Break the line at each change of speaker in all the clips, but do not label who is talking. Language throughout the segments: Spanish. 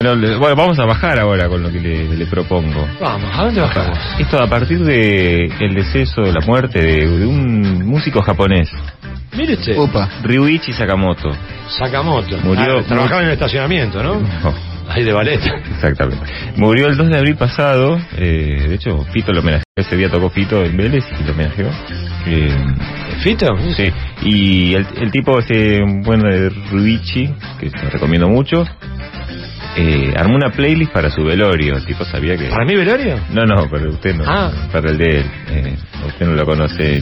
Pero le- bueno, vamos a bajar ahora con lo que le, le propongo.
Vamos, ¿a dónde bajamos?
Esto a partir de el deceso, la muerte de, de un músico japonés,
Mire usted,
Upa.
Ryuichi Sakamoto.
Sakamoto.
Murió-
Ah, trabajaba en el estacionamiento, ¿no?
No,
Ahí de ballet.
exactamente. Murió el 2 de abril pasado. eh, de hecho, Fito lo homenajeó. Ese día tocó Fito en Vélez y lo homenajeó. Eh,
¿Fito?
sí. Y el, el tipo ese, bueno, de Ryuichi, que te recomiendo mucho, eh, armó una playlist para su velorio. El tipo sabía que...
¿Para mí velorio?
No, no, para usted no.
Ah.
Para el de él. Eh, usted no lo conoce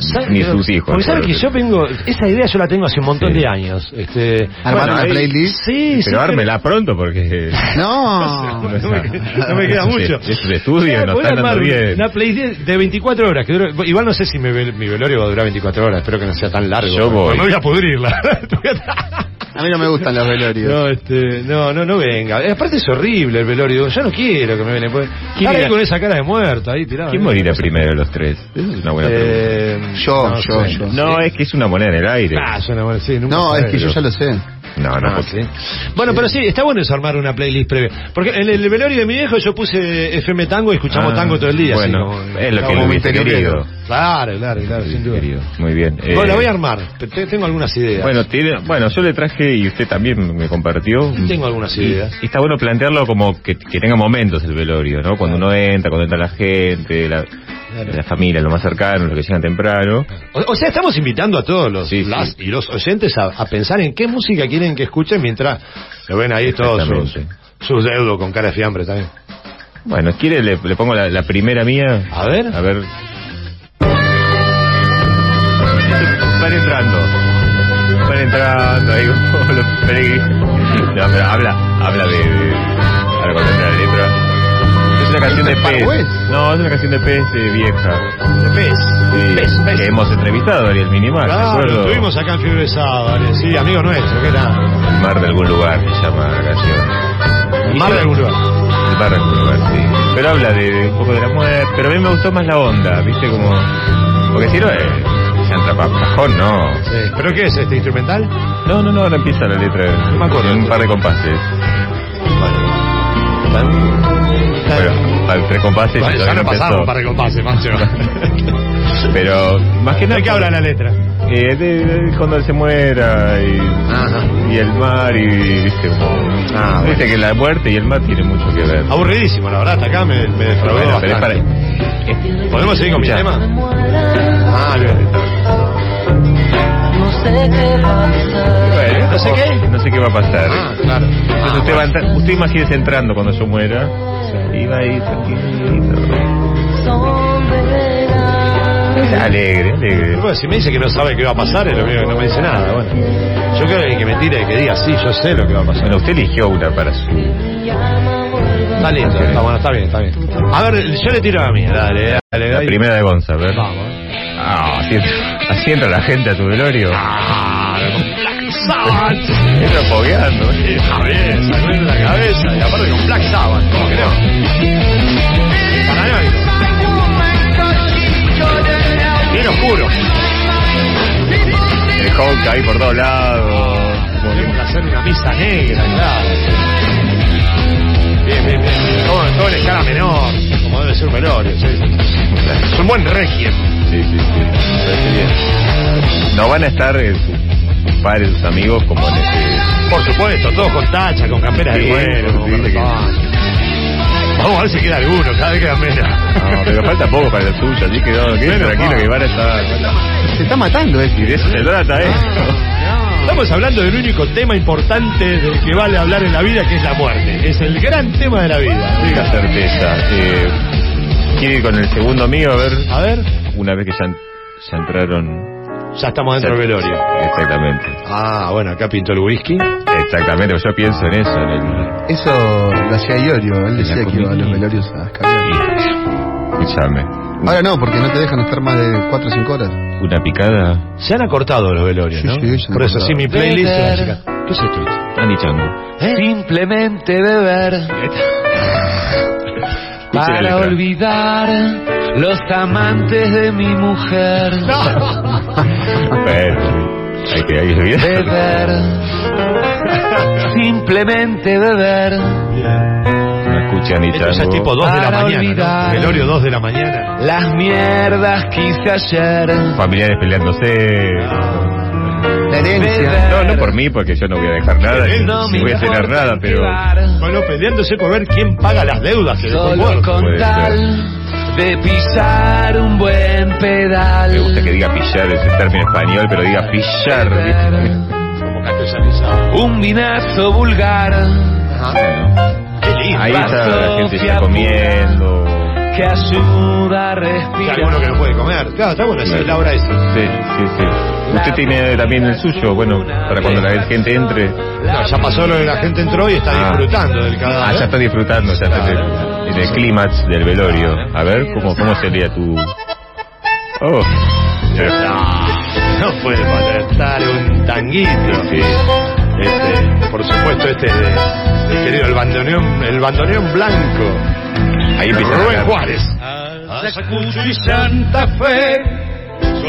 ¿Sabe-
ni sus hijos.
Porque
claro
sabe que
que-
yo tengo... Esa idea yo la tengo hace un montón
Sí.
de años. Este,
Armar una
ahí-
playlist.
Sí, sí.
Pero ármela pronto porque...
No.
No me- no me queda
Sí,
mucho.
Es un estudio,
Claro,
no
voy a
está
armar
andando bien.
Una playlist de 24 horas. que dura- igual no sé si mi, vel- mi velorio va a durar 24 horas. Espero que no sea tan largo.
Yo voy.
Me voy a pudrirla.
A mí no me gustan los velorios.
No, este, no, no, no venga. Eh, Aparte es horrible el velorio. Yo no quiero que me vengan. Pues,
¿Quién
estar ahí
era?
con esa cara de muerto ahí tirado.
¿Quién
¿no?
morirá
No sé.
primero de los tres? Esa es una buena pregunta.
Eh,
Yo, yo,
sé.
yo.
No, es que es una moneda en el aire.
Ah, suena mal, sí, nunca
No,
sabés,
es que yo
pero-
ya lo sé.
No, no,
Ah,
porque-
sí. Bueno, pero sí, está bueno eso armar una playlist previa. Porque en el velorio de mi viejo yo puse FM Tango y escuchamos
Ah,
tango todo el día. así
bueno,
como-
es lo que
como
le
mi
hubiese
querido.
querido.
Claro, claro, claro, sin duda.
Querido, Muy bien.
Bueno,
Eh,
la voy a armar. Te- te- Tengo algunas ideas.
Bueno, tiene- bueno, yo le traje y usted también me compartió.
tengo algunas
Y-
ideas.
y está bueno plantearlo como que, que tenga momentos el velorio, ¿no? Cuando uno entra, cuando entra la gente, la, la familia, lo más cercano, los que llegan temprano.
O, o sea, estamos invitando a todos los
Sí, sí.
las y los oyentes a, a pensar en qué música quieren que escuchen mientras lo ven ahí todos sus,
Exactamente.
sus deudos con cara de fiambre también.
Bueno, ¿quiere? Le, le pongo la, la primera mía.
A ver.
A ver. Van entrando. Van entrando, ahí como los peregrinos. No, pero habla, habla de. de ahora cuando entra la letra. Es una canción de
¿Es de Far
pez.
West?
No, es una canción de pez eh, vieja.
De pez.
Sí, Que hemos entrevistado a Ariel Minimal, ¿de
Claro,
acuerdo?
estuvimos acá en Fiebre Sábado, Ale, sí, amigo nuestro, ¿qué tal?
El mar de algún lugar se llama la canción.
Mar de algún lugar.
El mar de algún lugar, sí. Pero habla de, de un poco de la muerte. Pero a mí me gustó más la onda, ¿viste? Como. Porque si no, eh, se entrapa cajón, no.
Sí, ¿Pero qué es este instrumental?
No, no, no, ahora empieza la letra.
No me acuerdo.
En un par de compases. Bueno, al tres compases.
Vale, ya
todavía
lo
no empezó.
pasamos para compase, macho.
Pero más que nada.
¿De qué habla la letra?
Eh, de, de cuando él se muera y,
Ajá.
y el mar y, viste como-
Ah, bueno.
viste que la muerte y el mar tienen mucho que ver.
Aburridísimo, la verdad, hasta acá me, me defraudó
Bueno, pero es para-
bastante.
eh,
¿Podemos seguir con mi
escuchá.
tema?
Ah,
Bueno,
No sé qué.
No sé qué va a pasar.
Ah, claro.
Entonces
Ah,
usted, va a
bueno.
entrar- usted imagínese entrando cuando yo muera. Y va ahí tranquilito. Alegre, alegre.
Bueno, si me dice que no sabe qué va a pasar, es lo único que no me dice nada. Bueno, yo creo que me tire y que diga, sí, yo sé lo que va a pasar.
Bueno, usted eligió una para su.
Está lindo, está bueno, está bien, está bien. A ver, yo le tiro a mí, dale, dale,
La
dale.
primera de ¿eh? Gonza, a ver.
Vamos. eh.
Ah, así, así entra la gente a tu velorio.
Ah, Black Sabbath.
Entra fogueando. eh.
Cabeza, duele la cabeza. Y aparte con Black Sabbath, ¿cómo que no? Paranoico. Bien oscuro.
El honk ahí por todos lados.
Podemos hacer una misa negra, claro. Bien, bien, bien. Todo, todo en escala menor, como debe ser un velorio, sí. Es un buen requiem.
Sí, sí, sí. Me parece bien. No van a estar eh, sus padres, sus amigos como en este.
Por supuesto, todos con tacha, con camperas
Sí,
de cuero,
sí,
con camperas-
sí.
Ah. Vamos a ver si queda alguno, cada vez queda
No,
menos.
pero falta poco para el suyo, así que no, quédese
Menos
tranquilo
mal.
que van a estar.
Se está matando
Y
este.
de eso se trata ¿eh?
Ah.
esto.
Estamos hablando del único tema importante del que vale hablar en la vida, que es la muerte. Es el gran tema de la vida.
Tenga
Diga.
certeza. Eh, ¿Quiere ir con el segundo mío? A ver,
A ver,
una vez que ya, en- ya entraron.
ya estamos dentro del velorio.
Exactamente.
Ah, bueno, acá pintó el whisky.
Exactamente, pues yo pienso en eso. En el...
Eso lo hacía Iorio. Él decía
La
que iba a los
comida.
velorios a escabiar.
Escúchame.
Ahora no, porque no te dejan estar más de 4 o 5 horas.
Una picada.
Se han acortado los velorios,
Sí,
¿no?
sí, se han
Por eso,
acortado.
sí, mi playlist.
Beber.
la chica- ¿Qué es esto?
Andy Chango.
Eh. Simplemente beber
Escuche la
para
letra.
olvidar los amantes de mi mujer.
Bueno, hay que hay que olvidar.
Beber simplemente beber.
No escucha ni
Esto ya Este es
tango.
tipo 2 de la
Para
mañana. ¿no?
olvidar.
Velorio 2 de la mañana.
Las mierdas que hice ayer.
Familiares peleándose.
La herencia.
Beber.
No, no por mí, porque yo no voy a dejar nada,
Él
ni- ni voy a tener
importa
nada,
en qué
pero...
bar,
Bueno, peleándose por ver quién paga las deudas que dejó el
Solo
gordo.
puede
con tal de pisar un buen pedal.
Me gusta que diga pillar, ese término español, pero diga pillar.
Este
¿viste?
Beber
Como castellanizado.
Un vinazo vulgar
Qué lindo.
Ah, Ahí está la gente ya comiendo.
que ayuda a
Hay alguno que
respirar.
no puede comer. Claro, está bueno, sí,
Claro.
la hora esa.
Sí, sí, sí. Usted tiene también el suyo, bueno, para cuando la gente entre.
No, ya pasó lo de la gente entró y está
Ah.
disfrutando del
Ah, ya
cadáver.
está disfrutando, ya está en el clímax del velorio. A ver, ¿cómo, cómo sería tu...? Oh, pero-
ah, No, no puede maltratar un tanguito.
sí,
Este, por supuesto, este de, de querido, el bandoneón, el bandoneón blanco.
Ahí empieza
Rubén
la-
Juárez. y Santa Fe.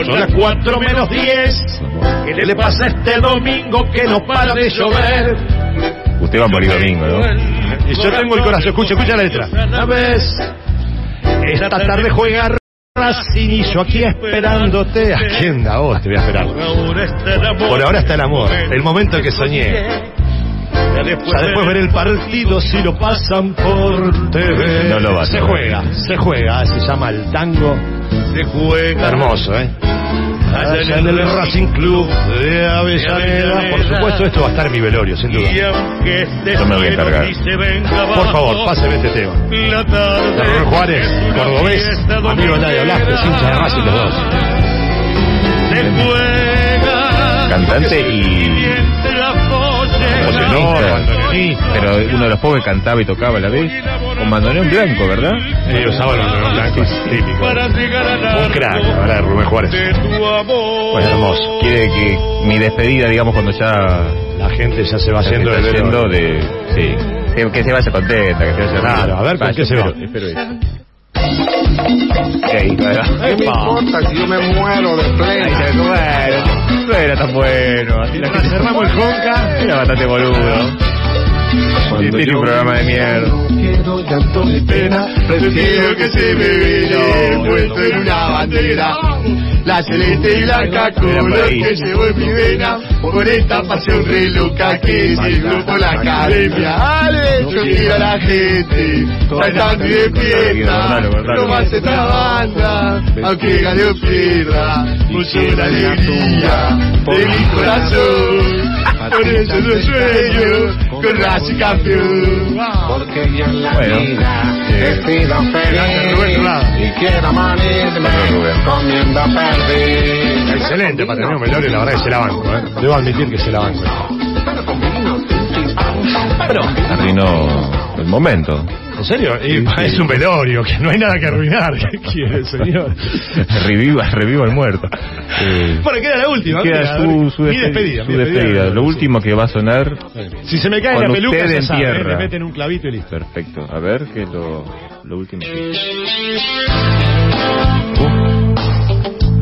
Son las 4 menos 10. ¿Qué le pasa este domingo que no para de llover?
Usted va a morir domingo, ¿no?
Y yo tengo el corazón. Escucha, escucha la letra. ¿Sabes? Esta tarde juega Racing y yo aquí esperándote. ¿A quién da vos? Te voy a esperar. Por ahora está el amor. El momento que soñé. Ya después ver el partido si lo pasan por TV.
No lo vas a
Se
ver.
juega, se juega. Se llama el tango. Se juega. Hermoso, ¿eh? Allá en el Racing Club de Avellaneda. Por supuesto, esto va a estar en mi velorio, sin duda.
Yo me voy a encargar.
Por favor, páseme este tema. Ramón Juárez, cordobés, amigo de Nadia Blasco, es hincha de Racing los dos.
Cantante y...
Compositor,
bandoneonista,
bandoneonista.
pero uno de los pobres cantaba y tocaba a la vez. Con bandoneón blanco, ¿verdad?
Sí, usaba el bandoneón blanco, es típico. Un crack, la verdad, Rubén Juárez.
Bueno, hermoso. Quiere que mi despedida, digamos, cuando ya
La gente ya se va haciendo
está
el
yendo
velorio.
de. Sí. Que- Que se vaya contenta, que se vaya.
Claro, a ver, ¿con qué se va?
Espero, espero eso. Ey, bueno.
No me importa si yo me muero de
Ay,
plena.
bueno, no era tan bueno. Así la gente
Cerramos el conca.
era bastante boludo. Y tiene un programa de mierda.
Quiero llanto de pena, prefiero que se me vea envuelto en una bandera. La celeste y blanca color que llevo en mi vena, por esta pasión re loca que llegó por la academia. ¡Ale! Yo quiero a la gente, saltando y de fiesta, no más esta banda, aunque gane o pierda, mucho la alegría de mi corazón. Por eso yo sueño con Racing campeón.
Porque yo en la
Bueno,
vida
eh,
he sido
gracias, Rubén
feliz
Rada.
y quiero morirme
Gracias, Rubén.
comiendo perdiz.
Excelente para tener un velorio, la verdad que se la banco, ¿eh? Debo admitir que se la banco.
Arruinó el momento.
¿En serio? Y es un velorio, que no hay nada que arruinar. ¿Qué quiere, señor?
reviva, reviva el muerto. Eh,
Bueno, queda la última.
queda su, su
mi
despe-
despedida.
su
mi
despedida. Lo último que va a sonar.
Si se me cae
Cuando
la peluca,
usted
se sabe, ¿eh?
entierra.
le meten un clavito y listo.
Perfecto. A ver, que lo, lo último que.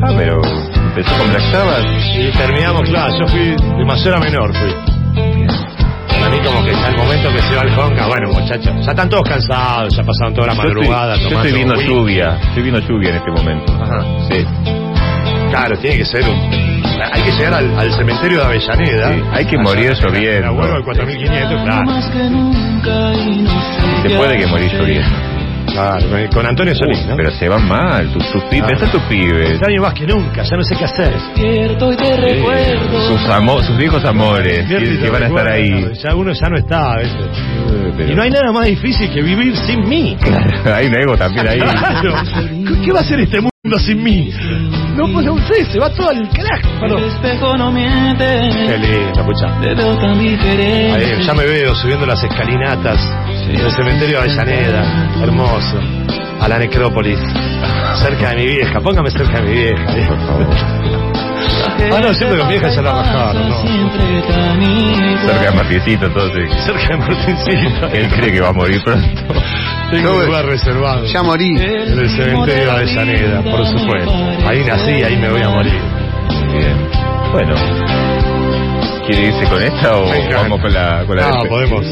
Ah, pero. Empezó con Black Sabbath.
Y terminamos, claro, yo fui de mayor a menor, fui. Para mí como que ya el momento que se va el conca, bueno muchachos, ya están todos cansados, ya pasaron toda la
Yo
madrugada
estoy- Yo
tomando
estoy viendo
whisky.
lluvia. Estoy viendo lluvia en este momento.
Ajá.
Sí.
Claro, tiene que ser un... Hay que llegar al, al cementerio de Avellaneda.
Sí, hay que morir lloviendo.
El abuelo del 4500, claro.
Se puede que morís lloviendo.
Claro, eh, con Antonio Solís,
Uy,
¿no?
Pero se van mal. Tus tus pibes.
Ah.
Pensá en tus pibes.
Este año más que nunca, ya no sé qué hacer.
Sus, amo- sus viejos amores. Que, que van a estar ahí.
Ya uno ya no está a veces. Y no hay nada más difícil que vivir sin mí.
Hay un ego también ahí.
Claro. ¿Qué- ¿Qué va a hacer este mundo sin mí? No, pues no sé, se va todo al carajo.
El
Perdón.
espejo no miente,
lindo, escucha.
te veo tan diferente.
Ahí, ya me veo subiendo las escalinatas del cementerio de Avellaneda, hermoso, a la necrópolis, cerca de mi vieja, póngame cerca de mi vieja. ¿eh?
Por favor.
Ah, no, siempre con viejas ya la bajaron, ¿no?
Siempre tan igual.
Cerca de Martiecito, entonces.
Cerca de Martincito.
Él cree que va a morir pronto.
Tengo un lugar reservado.
Ya morí.
En el cementerio de Avellaneda, por supuesto. Ahí nací, ahí me voy a morir.
Bien. Bueno. ¿Quiere irse con esta o
Me encanta.
vamos con la, con la
No,
del-
podemos.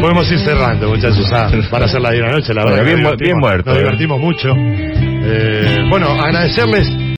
Podemos ir cerrando, muchachos. Ah, van a ser las 10 de la noche, la
Bueno,
verdad. que
bien eh.
nos
mu- bien
divertimos-
muerto,
Nos
eh.
divertimos mucho. Eh, bueno, agradecerles